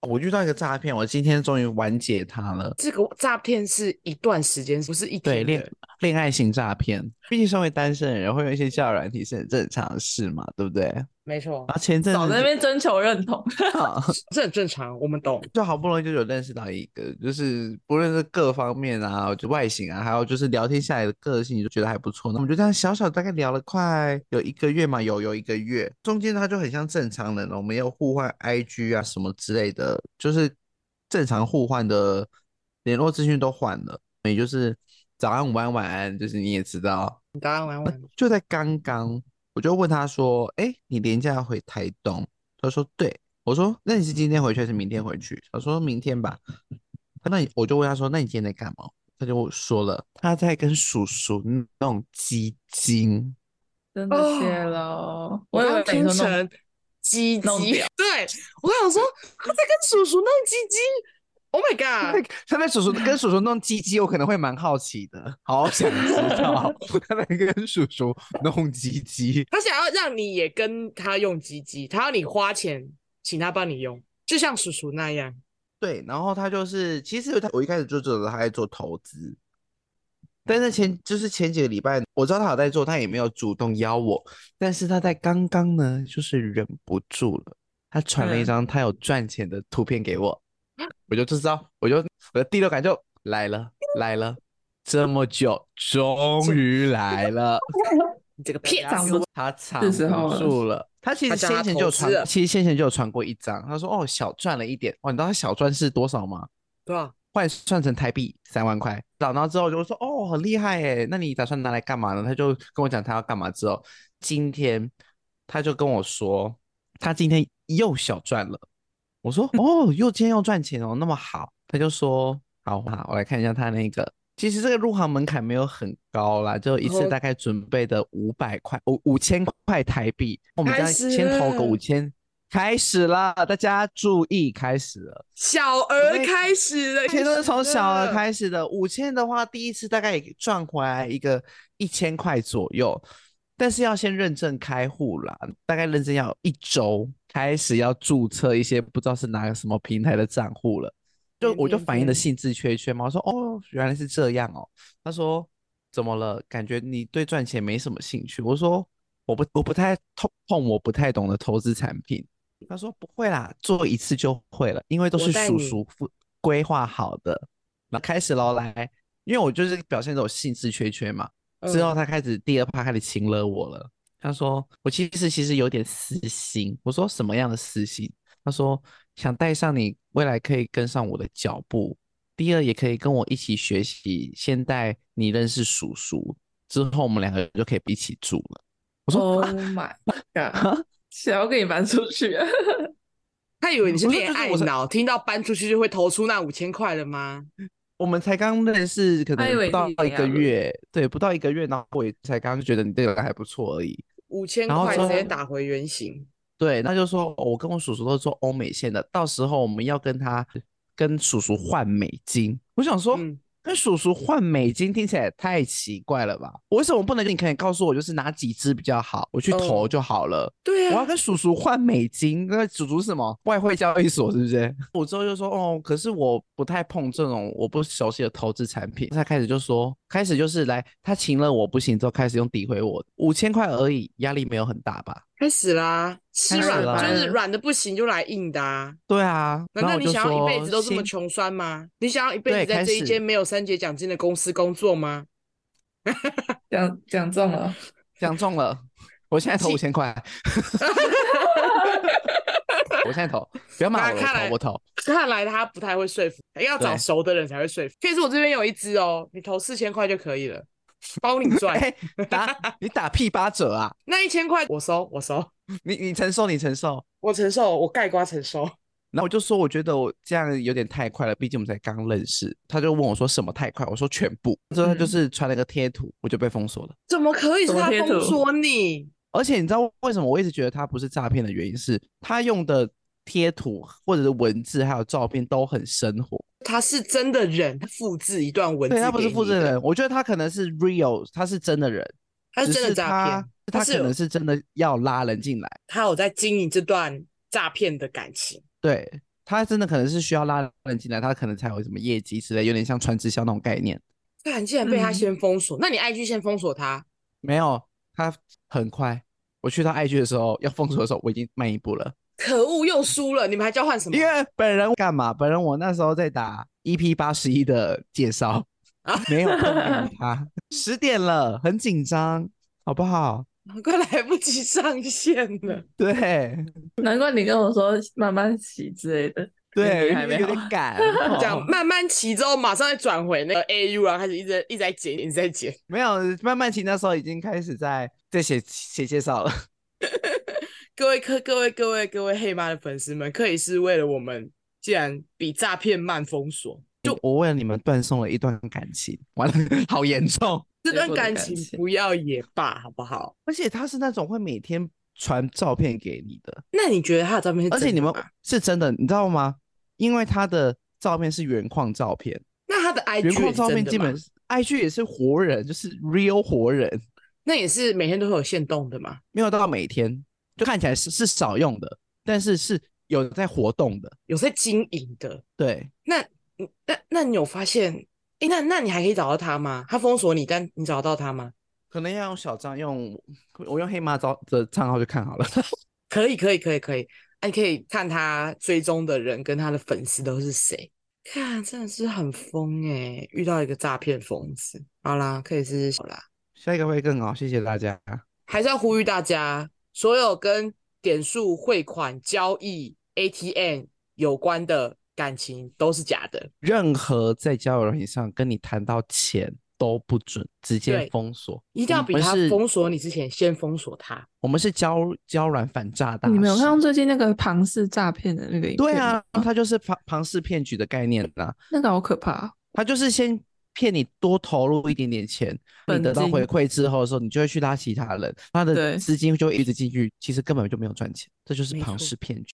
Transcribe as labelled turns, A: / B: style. A: 我遇到一个诈骗，我今天终于完结它了。
B: 这个诈骗是一段时间，不是一
A: 对
B: 天的
A: 恋恋爱型诈骗，毕竟身为单身的人，会有一些交友软体是很正常的事嘛，对不对？然
B: 没错，
A: 后前阵
C: 早在那
A: 子
C: 边征求认同，
B: 这很正常，我们懂。
A: 就好不容易就有认识到一个，就是不论是各方面啊，就外形啊，还有就是聊天下来的个性，就觉得还不错。那我们就这样小小大概聊了快有一个月嘛，有有一个月，中间他就很像正常人了，哦我们有互换 IG 啊什么之类的，就是正常互换的联络资讯都换了，也就是早安、午安、晚安，就是你也知道。
B: 你答案玩完，
A: 就在刚刚，我就问他说：“哎、你连假要回台东？”他说：“对。”我说：“那你是今天回去还是明天回去？”他说：“明天吧。”他那你我就问他说：“那你今天在干嘛？”他就说了，他在跟叔叔弄基金。
C: 真的谢喽。哦我以为
B: 刚
C: 你
B: 听
C: 说那种
B: 成鸡鸡，
C: 弄掉
B: 对我想说他在跟叔叔弄鸡鸡，Oh my
A: 他
B: god！
A: 在 他在叔叔跟叔叔弄基金，我可能会蛮好奇的，好想知道 他在跟叔叔弄基金。
B: 他想要让你也跟他用鸡鸡，他要你花钱请他帮你用，就像叔叔那样。
A: 对，然后他就是，其实他我一开始就知道他在做投资，但
C: 嗯
A: 是前就是前几个礼拜我知道他有在做，他也没有主动邀我，但是他在刚刚呢，就是忍不住了，他传了一
C: 嗯
A: 张他有赚钱的图片给我，我就知道，我就我的第六感就来了来了，这么久终于来 了。
B: 你这个骗
C: 长
B: 子！
C: 不
A: 他藏
C: 是时候
A: 不
C: 了
A: 住了。他其
B: 他
A: 实
B: 叫
A: 先
B: 他
A: 前
B: 投
A: 就有
B: 资
A: 传，
B: 了
A: 其实先前就有传过一张，他说哦小赚了一点，哦你知道他小赚是多少吗？
B: 对吧？
A: 换算成台币三万块。然后之后就说哦很厉害哎，那你打算拿来干嘛呢？他就跟我讲他要干嘛之后，今天他就跟我说他今天又小赚了。我说哦又今天又赚钱哦，那么好，他就说好好我来看一下他那个。其实这个入行门槛没有很高啦，就一次
B: 哦
A: 大概准备的五百块，五五千块台币。我们
B: 开
A: 这样
B: 始
A: 先投个
B: 了
A: 五千，开始啦，大家注意，开始了。
B: 小
A: 因
B: 儿
A: 为
B: 开始了，
A: 以前都是从小
B: 儿
A: 额开始的，五千的话，第一次大概也赚回来一个一千块左右，但是要先认证开户啦，大概认证要一周，开始要注册一些不知道是哪个什么平台的账户了。就
B: 天
A: 我就
B: 天
A: 反应的
B: 天
A: 兴致缺缺嘛，我说哦，原来是这样哦。他说怎么了？感觉你对赚钱没什么兴趣。我说我不我不太碰碰我不太懂的投资产品。他说不会啦，做一次就会了，因为都
B: 我
A: 是
B: 带
A: 叔
B: 你
A: 叔规规划好的。然后开始喽，来，因为我就是表现的我兴致缺缺嘛。之
B: 嗯
A: 后他开始第二趴开始亲了我了，他说我其实其实有点私心。我说什么样的私心？他说想带上你，未来可以跟上我的脚步。第二，也可以跟我一起学习，先带你认识叔叔，之后我们两个就可以一起住了。我说、
C: ，Oh
A: 啊
C: my god！想要给你搬出去，
B: 他以为你是
A: 我说
B: 恋
A: 就是
B: 爱
A: 我是
B: 脑，听到搬出去就会投出那五千块了吗？
A: 我们才刚认识，可
C: 他以
A: 能
C: 为
A: 不到
C: 是
A: 一
C: 怎
A: 个
C: 样了
A: 月，对，不到一个月，然后我也才刚觉得你这个人还不错而已。
B: 五千
A: 然后
B: 块
A: 之
B: 直接
A: 后
B: 打回原形，
A: 对，那就说哦我跟我叔叔都是做欧美线的，到时候我们要跟他跟叔叔换美金。我想说，
B: 嗯
A: 跟叔叔换美金听起来也太奇怪了吧？我为什么不能？你可以告诉我，就是哪几支比较好，我去投
B: 哦
A: 就好了。
B: 对
A: 我要
B: 啊，
A: 跟叔叔换美金，那叔叔是什么外汇交易所是不是？我之后就说哦，可是我不太碰这种我不熟悉的投资产品。他开始就说，开始就是来他请了我不行之后，开始用诋毁我，五千块而已，压力没有很大吧？
B: 开始啦，吃
A: 开始
B: 软
A: 啦
B: 就是软的不行就来硬的啊。
A: 对啊，然
B: 难
A: 后
B: 道
A: 我
B: 你
A: 就
B: 想要一辈
A: 说
B: 子都这么
A: 先
B: 穷酸吗？你想要一辈
A: 对
B: 子在
A: 开
B: 这一
A: 始
B: 间没有三节奖金的公司工作吗？
C: 讲讲中了，
A: 讲中了，我现在投
B: 信
A: 五千 块，我现在投，不要骂
B: 那
A: 我
B: 看来
A: 了，我投，我投。
B: 看来他不太会说服，要找
A: 对
B: 熟的人才会说服。可以说我这边有一只哦，你投四千块就可以了，包你 赚。
A: 哎、打你打屁八折啊！
B: 那一千块我收，我收，
A: 你你承受，你承受。
B: 我承受，我盖瓜承受。
A: 然后我就说，我觉得我这样有点太快了，毕竟我们才刚认识。他就问我说什么太快，我说全部。之后他就
C: 嗯
A: 是传了个贴图，我就被封锁了。
B: 怎么可以
C: 怎
B: 说
C: 么
B: 他
C: 贴
B: 封
C: 图
B: 锁你？
A: 而且你知道为什么我一直觉得他不是诈骗的原因是，他用的贴图或者是文字还有照片都很生活。
B: 他是真的人，他复制一段文字，
A: 对他不是复制，人，我觉得他可能是 real，他是真的人，
B: 他是
A: 只
B: 真的诈骗，
A: 他，
B: 他
A: 他
B: 是
A: 可
B: 有
A: 能是真的要拉人进来。
B: 他有在经营这段诈骗的感情。
A: 对，他真的可能是需要拉人进来，他可能才有什么业绩之类，有点像传直销那种概念。
B: 但竟然被他
C: 嗯
B: 先封锁，那你 IG 先封锁他，
A: 没有，他很快。我去他 IG 的时候，要封锁的时候，我已经慢一步了，
B: 可恶，又输了，你们还交换什么？
A: 因为本人干嘛？本人我那时候在打 EP 八十一的介绍
B: 啊，
A: 没有空理他。十点了，很紧张，好不好？
B: 快来不及上线了。。
A: 对
C: 难怪你跟我说慢慢洗之类的，
A: 对，
C: 你还
A: 因为
C: 没
A: 有
C: 有
A: 点 赶
B: 这样
A: 哦
B: 慢慢骑之后，马上再转回那个 AU，然后开始一直一直在剪，一直在剪。
A: 没有，慢慢其那时候已经开始在在写写介绍了。
B: 各位各各位各位各位黑妈的粉丝们，克里斯为了我们，竟然比诈骗慢封锁
A: 我为了你们断送了一段感情，完了，好严重。
B: 这段
C: 我的
B: 感
C: 感
B: 情，
C: 情
B: 不要也罢，好不好？
A: 而且他是那种会每天传照片给你的，
B: 那你觉得他的照片是
A: 而且
B: 真
A: 你
B: 的
A: 们
B: 吗
A: 是真的，你知道吗？因为他的照片是原矿照片，
B: 那他的 IG
A: 原矿
B: 也
A: 照
B: 真
A: 片
B: 的
A: 基
B: 吗
A: 本 IG 也是活人，就是 real 活人，
B: 那也是每天都会有限动的嘛？
A: 没有到每天就看起来是是少用的，但是是有在活动的。
B: 有在经营的。
A: 对，
B: 那你那那你有发现？诶，那那你还可以找到他吗？他封锁你，但你找得到他吗？
A: 可能要用小账，用我用黑马招的账号去看好了。
B: 可以，可以，可以，可以。啊，你可以看他追踪的人跟他的粉丝都是谁。看，真的是很疯诶，遇到一个诈骗疯子。好啦，可以是好啦，
A: 下一个会更好，谢谢大家。
B: 还是要呼吁大家，所有跟点数汇款交易、ATM 有关的感情都是假的。
A: 任何在交友软件上跟你谈到钱都不准，直接
B: 对
A: 封锁。
B: 一定要
A: 我
B: 比
A: 们
B: 他
A: 嗯是
B: 封锁你之前先封锁他。
A: 我们是交交软反诈大师。
C: 哦你们有看到最近那个庞氏诈骗的那个影片？
A: 对啊，，它就是庞庞氏骗局的概念呐、
C: 那个好可怕。啊
A: 他就是先骗你多投入一点点钱，你
C: 本
A: 得到
C: 金
A: 回馈之后的时候，你就会去拉其他人，他的
C: 对
A: 资金就会一直进去，其实根本就没有赚钱，这就是
B: 没
A: 庞
B: 错
A: 氏骗局。